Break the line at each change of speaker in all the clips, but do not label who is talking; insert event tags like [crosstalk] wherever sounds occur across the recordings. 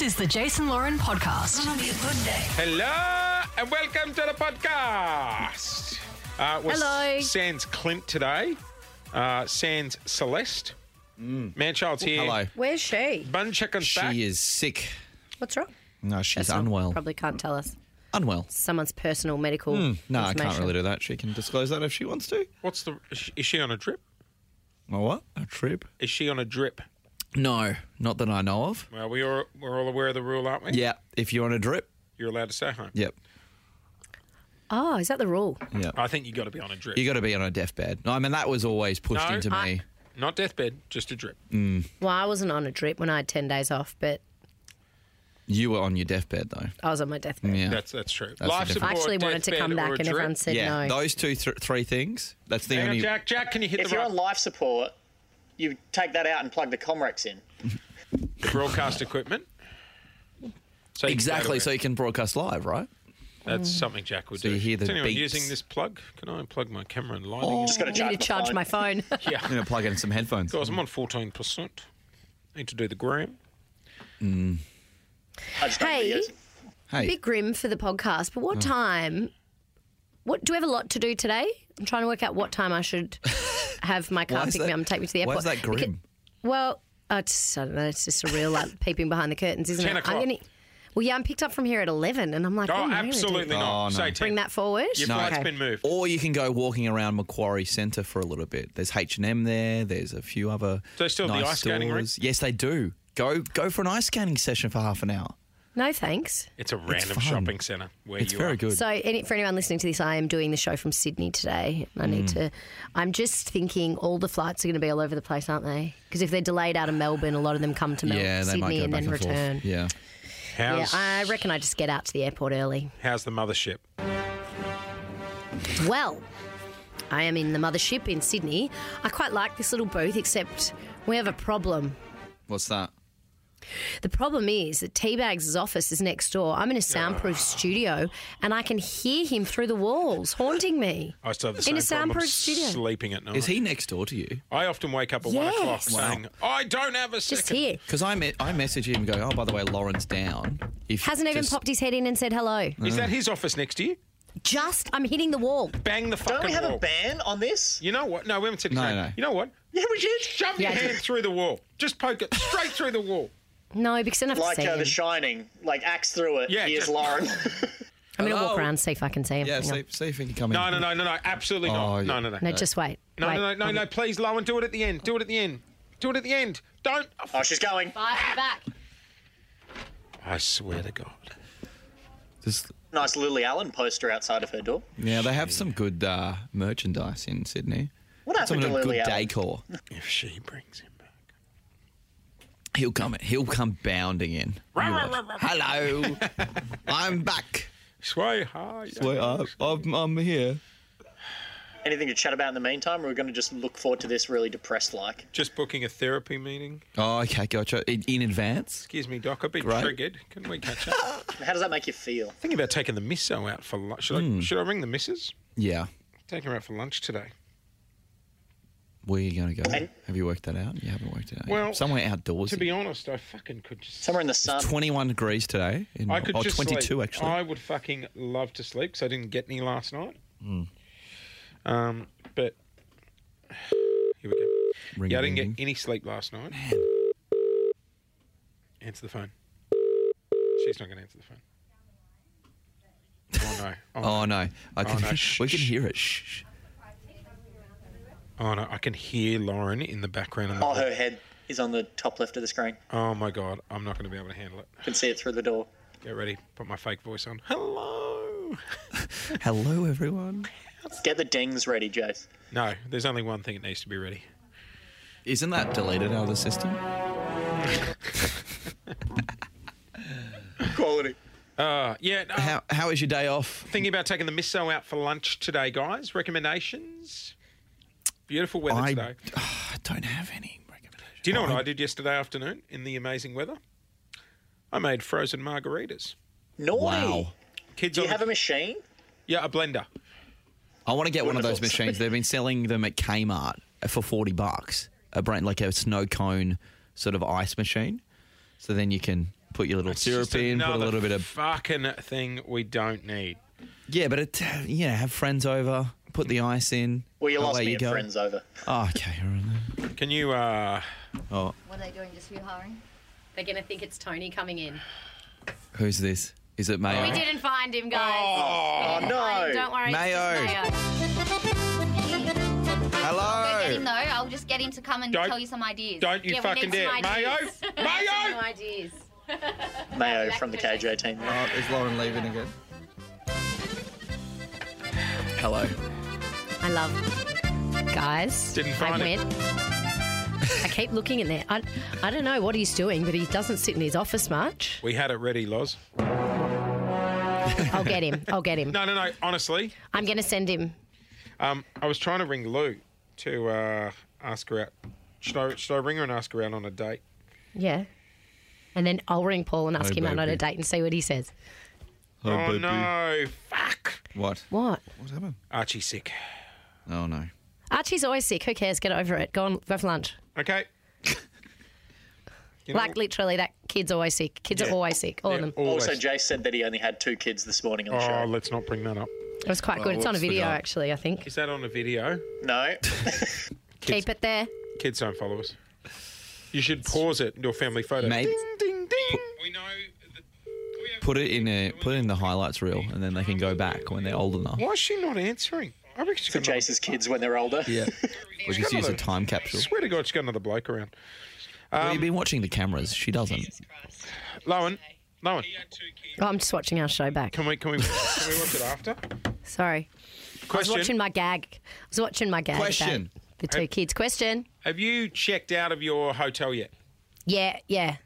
is the Jason Lauren podcast.
Hello and welcome to the podcast. Uh, we're
Hello.
Sans Clint today. Uh, sans Celeste. Manchild's here.
Mm. Hello.
Where's she?
Bun chicken's
She
back.
is sick.
What's wrong?
No, she's
That's not-
unwell.
Probably can't tell us.
Unwell.
Someone's personal medical.
Hmm. No, I can't
information.
really do that. She can disclose that if she wants to.
What's the? Is she on a drip?
Oh, what? A trip?
Is she on a drip?
No, not that I know of.
Well, we are. We're all aware of the rule, aren't we?
Yeah, if you're on a drip.
You're allowed to stay home.
Yep.
Oh, is that the rule?
Yeah.
I think you got to be on a drip.
You got to be on a deathbed. No, I mean that was always pushed
No,
into
I-
me.
Not deathbed, just a drip.
Well, I wasn't on a drip when I had 10 days off, but
You were on your deathbed though.
I was on my deathbed.
Yeah.
That's that's true.
the
Life
difference.
support.
I actually wanted to
deathbed,
come
or
back
a
and
drip.
everyone said
yeah.
no.
Those two th- three things. That's the
Hang on,
only
Jack. Jack, can you hit
If
the
you're
right-
on life support, you take that out and plug the Comrex in.
broadcast equipment? So you can go to
Exactly,
it.
so you can broadcast live, right?
That's
Mm.
something Jack would
So
do.
you hear
Is
the
anyone
beeps.
using this plug? Can I unplug my camera and lighting?
Just got to
I
charge,
need to
the
charge
phone.
my
[laughs]
phone.
Yeah.
You know, plug in some headphones.
Guys, I'm on 14%. Need to do the gram.
Oh,
Oh,
I just don't
Hey.
think it is.
Hey,
Bit grim for the podcast, but what
Hmm.
time? What Do we have a lot to do today? I'm trying to work out what time I
[laughs]
should have my car
Why is
pick me
that-
up and take me to the
why
airport.
is that
Because-
grim?
well, I, just, I don't know. It's just a real
[laughs]
like peeping behind the curtains, isn't
10
it?
o'clock.
I'm gonna, well, yeah, I'm picked up from here at 11, and I'm like,
Oh,
I'm really
absolutely
doing-
not.
Oh, no.
Say 10.
Bring that forward.
Your flight's been moved.
Or you can go walking around Macquarie Centre for a little bit. There's H and M there. There's a few other.
Do they still have the
nice
ice skating rink?
stores. Yes, they do. Go go for an ice skating session for half an hour.
No thanks.
It's a random
fun.
shopping centre where
It's
you
very
are.
good.
So, any, for anyone listening to this, I am doing the show from Sydney today. I need
Mm.
to. I'm just thinking all the flights are going to be all over the place, aren't they? Because if they're delayed out of Melbourne, a lot of them come to Mel-
yeah, they might
Sydney
go
and
back
then
and
return.
forth. Yeah.
Yeah,
How's,
I reckon I just get out to the airport early.
how's the mothership?
Well, I am in the mothership in Sydney. I quite like this little booth, except we have a problem.
What's that?
The problem is that Teabags' office is next door. I'm in a soundproof studio and I can hear him through the walls, haunting me.
I still have the
In
same
a
problem.
soundproof studio.
sleeping at night.
Is he next door to you?
I often wake up at 1 o'clock
Yes. Wow.
saying, I don't have a
Just
second.
here.
Because I me- I message him going, oh by the way, Lauren's down. If
Hasn't even
just-
popped his head in and said hello.
Is
Uh.
that his office next to you?
Just, I'm hitting the wall.
Bang the fucking
Don't we have
wall.
a ban on this?
You know what? No, we haven't said his
No,
name.
no.
You know what?
Yeah, we did.
Shove
Yeah, I
your
did.
hand through the wall. Just poke it straight through the wall.
No, because then I have
Like
to see
uh,
him.
The Shining, like axe through it.
Yeah,
Here's
just-
Lauren. [laughs]
I'm going to walk
Hello?
around and see if I can see him.
Yeah,
Hang on.
see, see if he can come
No,
in.
no, no, no, no. Absolutely
Oh,
not.
yeah.
No, no, no.
No, just wait.
No,
wait.
no, no, no, no, please, Lowen, do it at the end. Do it at the end. Do it at the end. Don't.
oh, she's going.
Bye, I'm back.
I swear to God.
Just,
Nice Lily Allen poster outside of her door.
yeah, they have some good uh, merchandise in Sydney.
What
Some
happened to
good
Lily Allen?
decor.
If she brings him back.
He'll come. He'll come bounding in. You
rah,
watch. Hello, I'm back.
Sway high.
Wait, I, I'm, I'm here.
Anything to chat about in the meantime? Or we're going to just look forward to this really depressed like.
Just booking a therapy meeting.
Oh, okay, gotcha. In, in advance.
Excuse me, Doc. I've been
Great.
triggered. Can we catch
[laughs]
up?
How does that make you feel?
Thinking about taking the misso out for lunch. Should,
Hmm.
I, should I ring the missus?
Yeah.
Take her out for lunch today.
Where are you going to go?
Hey.
Have you worked that out? You haven't worked it out. yet.
Well,
somewhere outdoors.
To be honest, I fucking could just.
Somewhere in the sun.
21 degrees today. In,
I could
oh,
just
22
sleep.
actually.
I would fucking love to sleep because I didn't get any last night.
Mm.
Um, but [sighs] here we go.
Ring,
yeah, I
ring,
didn't
ring.
get any sleep last night. Answer the phone. She's not going to answer the phone. Oh no!
[laughs]
Oh,
Oh no, I can.
no. Shh,
[laughs] we can
shh.
hear it. Shh. shh.
oh no! I can hear Lauren in the background. on the-
Oh, her head is on the top left of the screen.
Oh my god! I'm not going to be able to handle it.
You can see it through the door.
Get ready. Put my fake voice on. Hello. [laughs]
Hello, everyone.
Get the dings ready, Jace.
No, there's only one thing that needs to be ready.
Isn't that deleted out of the system?
Quality.
Uh, yeah. no,
How How is your day off?
Thinking about taking the misso out for lunch today, guys. Recommendations? Beautiful weather
I,
today.
I don't have any recommendations.
Do you know what I did yesterday afternoon in the amazing weather? I made frozen margaritas.
Naughty.
Wow.
Kids,
Do you
on
have
the-
a machine?
yeah, a blender.
I want to get one of those
Wonderful.
machines. They've been selling them at Kmart for forty bucks. A brand like a snow cone sort of ice machine. So then you can put your little syrup
Just
in, put a
another
little bit of
fucking thing we don't need.
yeah, but it you know have friends over, put the ice in.
Well, you lost
away
me
you
at
go.
friends over.
Oh, okay, all right.
Can you? uh
Oh,
What are they doing? Just rehiring?
They're going to think it's Tony coming in.
who's this? Is it Mayo?
We didn't find him, guys.
Oh no!
Don't worry.
Mayo.
It's just
Go get him
Hello.
though. I'll just get him to come and
Don't-
tell you some ideas.
Don't you
Yeah, [laughs] we
fucking
need
dare,
some
Mayo!
ideas. Mayo. No
Mayo!
ideas.
Mayo from the KJ team.
Oh, is Lauren leaving again? Hello.
I love guys.
Didn't
I
find it.
went. I keep looking in there. I, I don't know what he's doing, but he doesn't sit in his office much.
We had it ready, Loz.
I'll get him. I'll get him.
[laughs] No, no, no. Honestly,
I'm going to send him.
um, I was trying to ring Lou to uh, ask her out. Should I, should I ring her and ask her out on a date?
Yeah. And then I'll ring Paul and ask
Hey,
him out on
baby.
a date and see what he says.
Oh, no! Fuck!
What?
What?
What happened?
Archie sick.
Oh no.
Archie's always sick. Who cares? Get over it. Go on, go for lunch. [laughs]
Okay. You know-
Like literally, that kid's always sick. Kids
Yeah.
are always sick. All
Yeah,
of them.
always.
Also, Jay said that he only had two kids this morning on the
Oh,
show.
let's not bring that up.
It was quite good. It's on a
what's the
video
guy?
actually. I think.
Is that on a video?
No, [laughs]
Keep it there.
Kids don't follow us. You should pause it. Your family photo.
Maybe-
Ding ding ding. We know. That we have-
Put it in a put it in the highlights reel, and then they can go back when they're old enough.
Why is she not answering? I reckon she's
for
got another-
Jace's kids when they're older.
Yeah. We just use a time capsule.
Swear to God, she's got another bloke around.
Well, you've been watching the cameras. She doesn't.
Lowen, Lowen,
Oh, I'm just watching our show back.
can we can we can we watch
[laughs]
it after?
Sorry. I was watching
Question:
my gag. I was watching my gag. about
Question.
The two kids. Question.
Have you checked out of your hotel yet?
Yeah, yeah.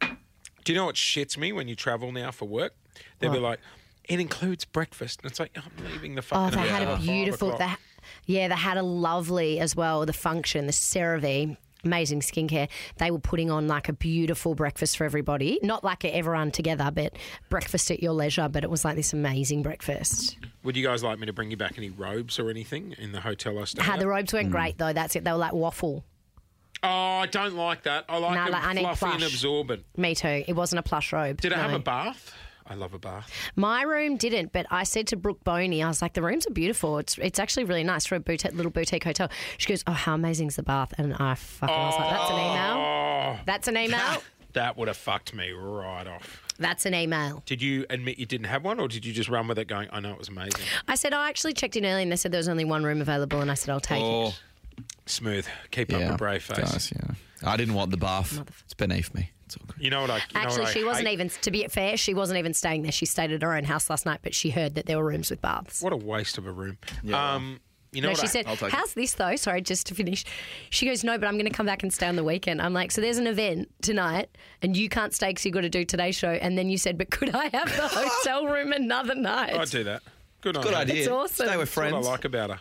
Do you know what shits me when you travel now for work? They'll be like, it includes breakfast, and it's like I'm leaving the
Oh,
fucking.
they had
hotel
a
at five
beautiful.
o'clock.
They, yeah, they had a lovely as well. The function, the CeraVe, amazing skincare. They were putting on like a beautiful breakfast for everybody. Not like everyone together, but breakfast at your leisure. But it was like this amazing breakfast.
Would you guys like me to bring you back any robes or anything in the hotel I stayed?
How
at?
the robes weren't great though. That's it. They were like waffle.
oh, I don't like that. I like
No,
them
like, I need
fluffy and
plush.
absorbent.
Me too. It wasn't a plush robe.
Did it have
no.
a bath? I love a bath.
My room didn't, but I said to Brooke Boney, I was like, the rooms are beautiful. It's it's actually really nice for a boutique, little boutique hotel. She goes, oh, how amazing is the bath? And I fucking I was like, that's an email. That's an
[laughs]
email.
Oh, That would have fucked me right off.
that's an email.
Did you admit you didn't have one, or did you just run with it, going, "I know it was amazing,
I said, I actually checked in early and they said there was only one room available. And I said, I'll take it.
smooth, keep up
Yeah.
Oh, a brave face"?
Does, yeah. I didn't want the bath. It's beneath me. It's all good.
You know what I? You know
Actually,
what I
she wasn't
hate?
even, to be fair, she wasn't even staying there. She stayed at her own house last night, but she heard that there were rooms with baths.
What a waste of a room. Um, you know
No,
what
she
I-
said,
I'll take it.
How's this though? Sorry, just to finish. She goes, No, but I'm going to come back and stay on the weekend. I'm like, So there's an event tonight and you can't stay because you've got to do today's show. And then you said, But could I have the
[laughs]
hotel room another night?
I'd do that. Good, on
Good
her.
idea.
It's awesome.
Stay with
That's what
friends.
I like about her.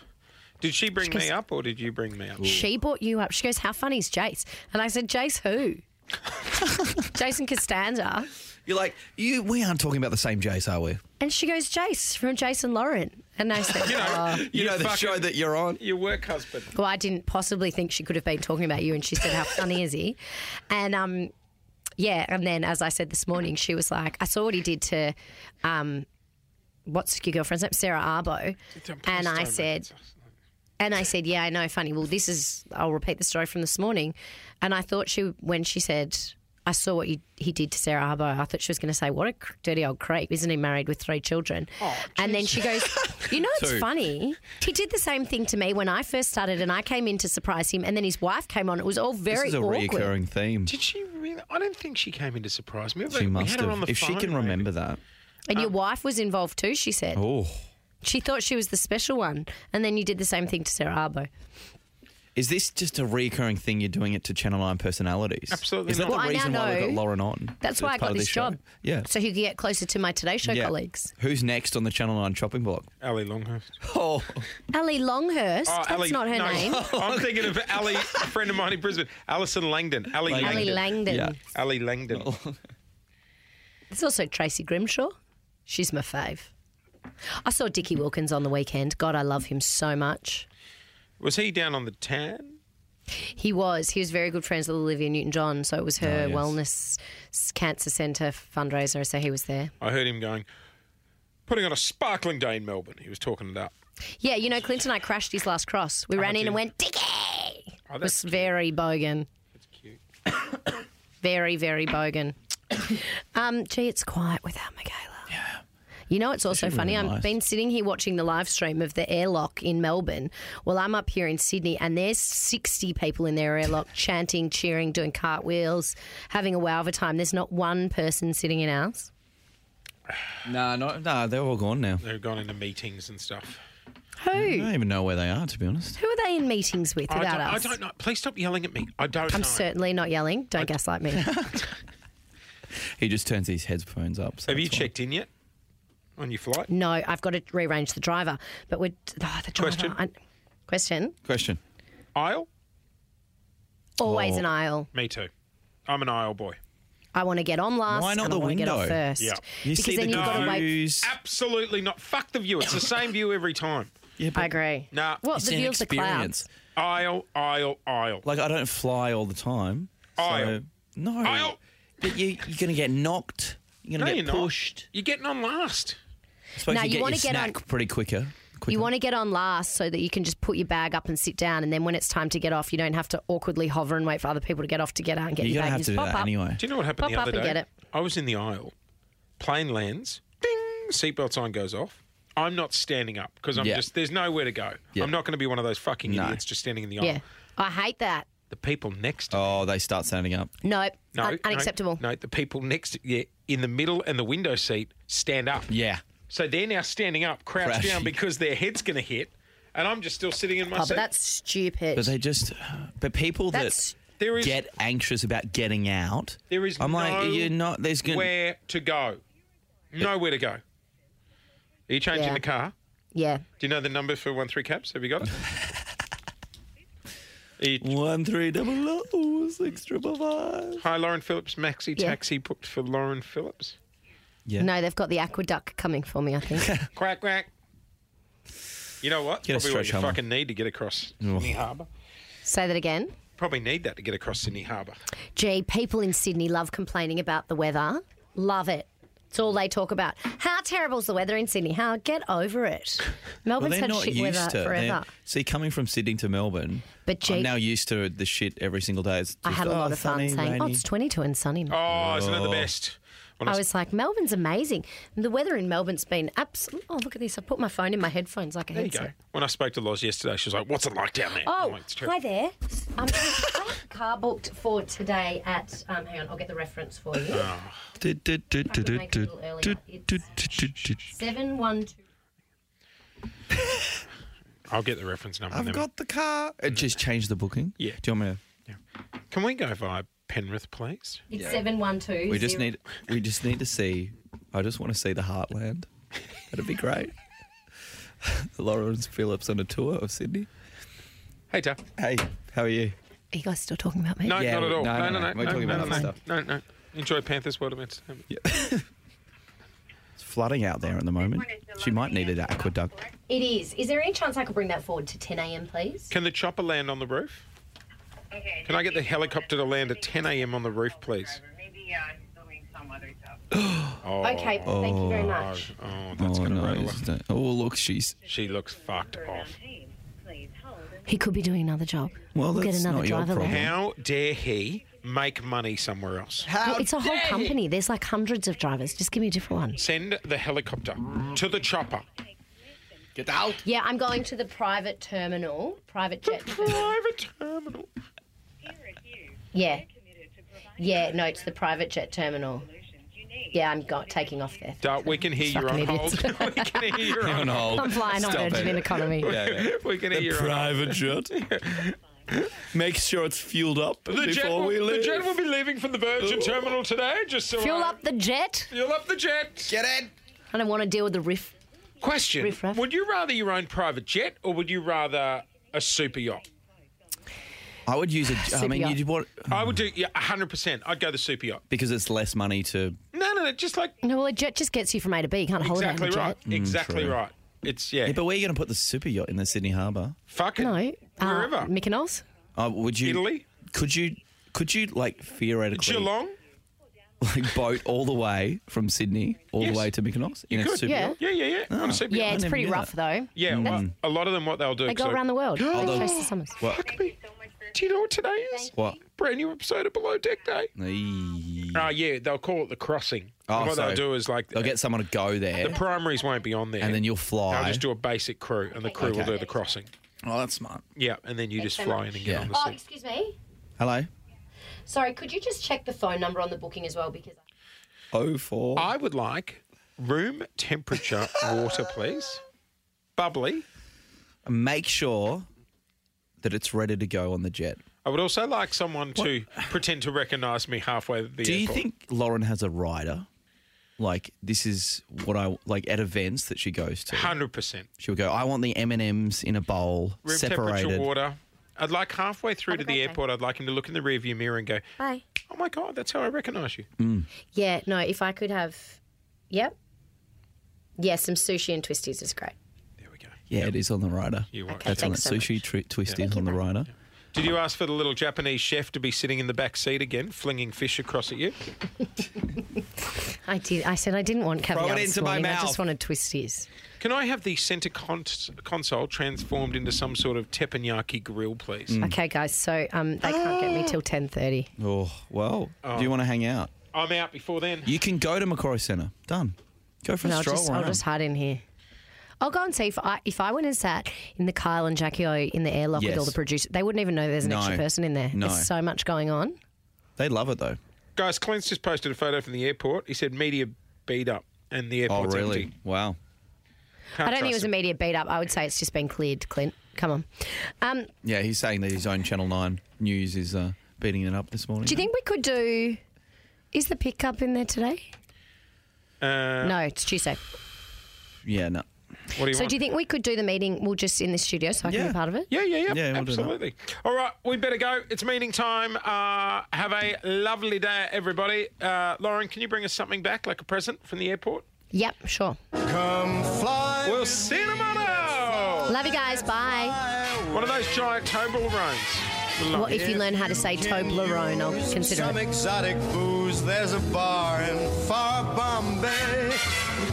Did she bring
goes-
me up, or did you bring me up?
She brought you up. She goes, How funny is Jace? And I said, Jace
[laughs]
who? Jason Costanza.
You're like you. We aren't talking about the same Jace, are we?
And she goes, Jace from Jason Lauren. And I said,
[laughs] You know,
"Oh."
you,
You, know the
fucking-
show that you're on.
your work husband.
Well, I didn't possibly think she could have been talking about you. And she said, How funny is he? And um, yeah. And then, as I said this morning, she was like, I saw what he did to, um, what's your girlfriend's name? Sarah Arbo. And I said, and I said, Yeah, I know, funny. Well, this is, I'll repeat the story from this morning. And I thought she, when she said, I saw what you, he did to Sarah Arbo, I thought she was going to say, What a cr- dirty old creep. Isn't he married with three children? and then she goes, You know, it's funny. He did the same thing to me when I first started and I came in to surprise him. And then his wife came on. It was all very
This is a
awkward.
reoccurring theme.
"Did she really? I don't think she came in to surprise me.
She
we
must
had her on
have.
the
If she
phone,
can
maybe.
remember that.
And your wife was involved too, she said.
Oh,
She thought she was the special one. And then you did the same thing to Sarah Arbo.
is this just a reoccurring thing? You're doing it to Channel Nine personalities.
Absolutely
Is that
not.
the
Well, I now
reason why we got
know.
Lauren on?
That's
It's
why I
part
got
of
this,
show.
job.
Yeah.
So he could get closer to my Today Show
Yeah.
colleagues.
Who's next on the Channel Nine
[laughs]
chopping block?
Ali Longhurst.
Oh,
Ellie Longhurst.
Oh,
That's
Ali-
not her
no,
name.
[laughs] I'm thinking of Ali, a friend of mine in Brisbane, Alison Langdon. Ali Langdon.
Ellie Langdon.
Yeah.
Ali Langdon.
There's also Tracy Grimshaw. She's my fave. I saw Dickie Wilkins on the weekend. God, I love him so much.
Was he down on the tan?
He was. He was very good friends with Olivia Newton John, so it was her
Oh, yes.
wellness s- cancer centre fundraiser. So he was there.
I heard him going, putting on a sparkling day in Melbourne. He was talking it up.
Yeah, you know, Clinton and I crashed his last cross. We ran in
did
and
you?
went, Dicky!
Oh,
It was
that's
very bogan.
That's cute.
Very, very bogan. [coughs] um, gee, it's quiet without Michaela. Yeah. You know, it's also
should
funny. I've
realise.
been sitting here watching the live stream of the airlock in Melbourne. Well, I'm up here in Sydney, and there's 60 people in their
[laughs]
airlock chanting, cheering, doing cartwheels, having a wow of a time. There's not one person sitting in ours.
No, no, no, they're all gone now.
They've gone into meetings and stuff.
I
Who?
don't even know where they are, to be honest.
Who are they in meetings with
I
without
don't, I
us?
don't know. Please stop yelling at me. I don't
I'm
know.
certainly not yelling. Don't gaslight
[laughs]
me.
He just turns his headphones up. so
Have you
that's why.
checked in yet on your flight?
No, I've got to rearrange the driver. But we're oh, the driver.
Question?
I- question.
Question.
Aisle?
Always
Oh.
an aisle.
Me too. I'm an aisle boy.
I want to get on last.
Why not
and
the
I want To get off
window?
first.
Yeah.
You
because
see
then
the
you've got to wait.
views.
Absolutely not. Fuck the view. It's the same view every time.
Yeah,
I agree.
Nah.
What
It's
the
an
views the clouds.
experience.
Aisle, aisle, aisle.
Like I don't fly all the time. so-
Aisle.
No.
Aisle.
But you, you're going to get knocked. You're
No,
going to
you're
get
not.
pushed.
You're getting on last.
I suppose
No,
you,
you
get
wanna
your
get on-
snack pretty quicker. quicker.
You want to get on last so that you can just put your bag up and sit down, and then when it's time to get off, you don't have to awkwardly hover and wait for other people to get off to get out and get
You're
your bag. You
going to have
just
to do
pop
that
up.
anyway.
Do you know what happened
Pop
the
up
other
and
day?
get it.
I was in the aisle. Plane lands. Ding. Seatbelt sign goes off. I'm not standing up because I'm
Yeah.
just there's nowhere to go.
Yeah.
I'm not going to be one of those fucking
No.
idiots just standing in the aisle.
Yeah, I hate that.
The people next to
Oh, they start standing up.
No,
no,
un-
no,
unacceptable. Oh,
No, the people next to, yeah, in the middle and the window seat stand up.
Yeah.
So they're now standing up, crouched
Crouching.
down because their head's going to hit, and I'm just still sitting in my
Oh,
seat.
but that's stupid.
But they just, but people
That's-
that
There is-
get anxious about getting out.
There is
I'm
no
like, you're not. There's going.
Where to go? Nowhere to go. Are you changing
Yeah.
the car?
yeah,
Do you know the number for one three caps? Have you
[laughs]
got it? Are you-
One three double oh six triple five.
Hi, Lauren Phillips. Maxi
Yeah.
taxi booked for Lauren Phillips.
Yeah.
no, they've got the aqueduct coming for me. I think.
[laughs]
Quack quack. You know what? Probably
Get a
what
stretch
you
hummer.
fucking need to get across Sydney Harbour.
Say that again.
Probably need that to get across Sydney Harbour.
Gee, people in Sydney love complaining about the weather. Love it. It's all they talk about. How terrible's the weather in Sydney? How get over it.
[laughs] Well,
Melbourne's
they're
had
not
shit
used
weather
to.
forever.
They're, see, coming from Sydney to Melbourne,
But
I'm
Jake-
now used to the shit every single day. It's
I
just,
had a
oh,
lot of fun
sunny,
saying, "Oh,
rainy."
it's 22 and sunny." mate."
Oh, isn't it the best? When
Oh,
I was like, "Melbourne's amazing." And the weather in Melbourne's been absolutely. Oh, look at this! I put my phone in my headphones like a
there you go.
headset.
When I spoke to Loz yesterday, she was like, "What's it like down there?" I'm
Oh,
like, "It's
hi
terrible."
there. Um, I have a [laughs] car booked for today at. Um, hang on, I'll get the reference for you.
Ah.
make it a little earlier. Seven one two.
I'll get the reference number.
I've
then.
got the car. It just changed the booking.
Yeah.
Do you want me to?
Can we go via Penrith, please?
It's seven one two.
We just need. We just need to see. I just want to see the Heartland.
[laughs]
That'd be great. [laughs] Lawrence Phillips on a tour of Sydney.
Hey, Tuff.
Hey, how are you?
Are you guys still talking about me?
No,
Yeah,
not at
we-
all.
no,
No, no, no.
no, no. We're
no,
talking
no,
about
no,
other
No, no. Enjoy Panthers World Events.
It's flooding out there at the moment. She might need an aqueduct.
It is. Is there any chance I could bring that forward to 10 a.m., please?
Can the chopper land on the roof?
Okay.
Can I get the helicopter to land at 10 a.m. on the roof, please?
Maybe uh, he's doing some other job.
Oh,
Okay, thank you very much.
Oh, that's
Oh
gonna
no!
rattle her.
it's- Oh look, she's.
She looks fucked off.
Please hold and
He could be doing another job.
Well,
we'll
that's
get another
not your
driver.
problem.
later.
How dare he make money somewhere else?
Well, it's a whole company. There's like hundreds of drivers. Just give me a different one.
Send the helicopter to the chopper.
Get out!
Yeah, I'm going to the private terminal, private jet.
Private terminal.
here is you.
yeah,
We're committed to providing
yeah. No, it's the private jet terminal.
the solutions you need.
Yeah, I'm go- taking off there.
Dart, we can hear you
Fucking
on hold.
idiots.
[laughs] we can hear you on hold.
I'm flying on urgent economy.
We can hear
The
you on hold.
private jet.
[laughs]
Make sure it's fueled up
The jet,
before
will,
we
the
leave.
jet will be leaving from the Virgin Terminal today. Just so
Fuel
I-
up the jet.
Fuel up the jet.
Get in.
I don't want to deal with the riff.
Question:
Riff raff.
Would you rather your own private jet, or would you rather a super yacht?
I would use a. I
Super
mean,
yacht.
you'd want
I would do yeah, hundred percent. I'd go the super yacht.
because it's less money to.
No, no, no. Just like
No, well, a jet just gets you from A to B. You can't hold it
exactly
on a jet.
right. exactly
Mm, true.
right. It's yeah.
Yeah, but where are you going to put the super yacht in the Sydney harbour?
fucking
No, uh,
wherever.
Mykonos.
Uh, would you?
Italy?
Could you? Could you like theoretically
Geelong?
like boat all the way from Sydney all
Yes.
the way to Mykonos in a
could.
super
Yeah.
yacht? Ah. Mm.
Yeah, yeah, yeah. On a super
Yeah,
I
it's
never
pretty
knew
rough
that.
though.
Yeah, well, a lot of them, what they'll do.
They go
so-
around the
[gasps]
world.
Although-
Face the summers.
What?
Do you know what today is?
What?
Brand new episode of Below Deck Day.
Eee.
Oh, yeah, they'll call it the crossing.
Oh,
and what
so
they'll do is like
They'll get someone to go there,
the primaries won't be on there,
and then you'll fly.
They'll just do a basic crew, and the crew will
Okay.
do the crossing.
oh, that's smart.
Yeah, and then you just
so
fly in and get
Yeah.
on the
Oh,
seat.
excuse me.
Hello.
Sorry, could you just check the phone number on the booking as well? Because
Oh four.
I would like room temperature water, please. Bubbly.
Make sure that it's ready to go on the jet.
I would also like someone to pretend to recognise me halfway to the
Do you
airport.
think Lauren has a rider? Like this is what I like at events that she goes to.
Hundred percent.
She'll go. I want the M and M's in a bowl,
Room temperature
separated.
water. I'd like halfway through
Have a
to the
great day.
airport. I'd like him to look in the rearview mirror and go,
Bye.
"Oh my god, that's how I recognise you."
Yeah, no, if I could have Yep. Yeah, some sushi and twisties is great.
There we go.
Yeah, it is on the rider.
You watch.
That's on that
Thanks so
sushi tri- twist is on the rider.
Did you ask for the little Japanese chef to be sitting in the back seat again, flinging fish across at you?
I did I said I didn't want caviar
it
this
into my
morning. I
mouth.
just wanted twisties.
Can I have the centre cons- console transformed into some sort of teppanyaki grill, please?
Hmm.
Okay guys, so um they can't get me
Ah.
till ten thirty.
Oh well. Do you want to hang out?
I'm out before then.
You can go to Macquarie Centre. Done. Go for a
No, I'll
stroll
just, I'll
around.
just hide in here. I'll go and see if I if I went and sat in the Kyle and Jackie O in the airlock
Yes.
with all the producers, they wouldn't even know there's an
No.
extra person in there.
No.
There's so much going on.
they love it though.
Guys, Clint's just posted a photo from the airport. He said media beat up and the
Oh
airport's
really?
empty.
Wow.
Can't
I don't think
trust
it was
him.
a media beat up. I would say it's just been cleared, Clint. Come on. Um, do
Yeah, he's saying that his own Channel Nine news is uh, beating it up this morning.
you think we could do? Is the pickup in there today?
Uh,
No, it's Tuesday.
Yeah. No.
What do you
So
want?
do you think we could do the meeting? We'll just in the studio, so I can
Yeah.
be part of it.
yeah, yeah, yeah.
Yeah, we'll do that.
absolutely. All right, we better go. It's meeting time. Uh, have a lovely day, everybody. Uh, Lauren, can you bring us something back, like a present from the airport?
Yep, sure.
We'll see you tomorrow.
Love you guys. Bye.
One of those giant Toblerones. Love
Well,
it.
if you learn how to say Toblerone, I'll consider
Some
it.
exotic booze. There's a bar in far Bombay.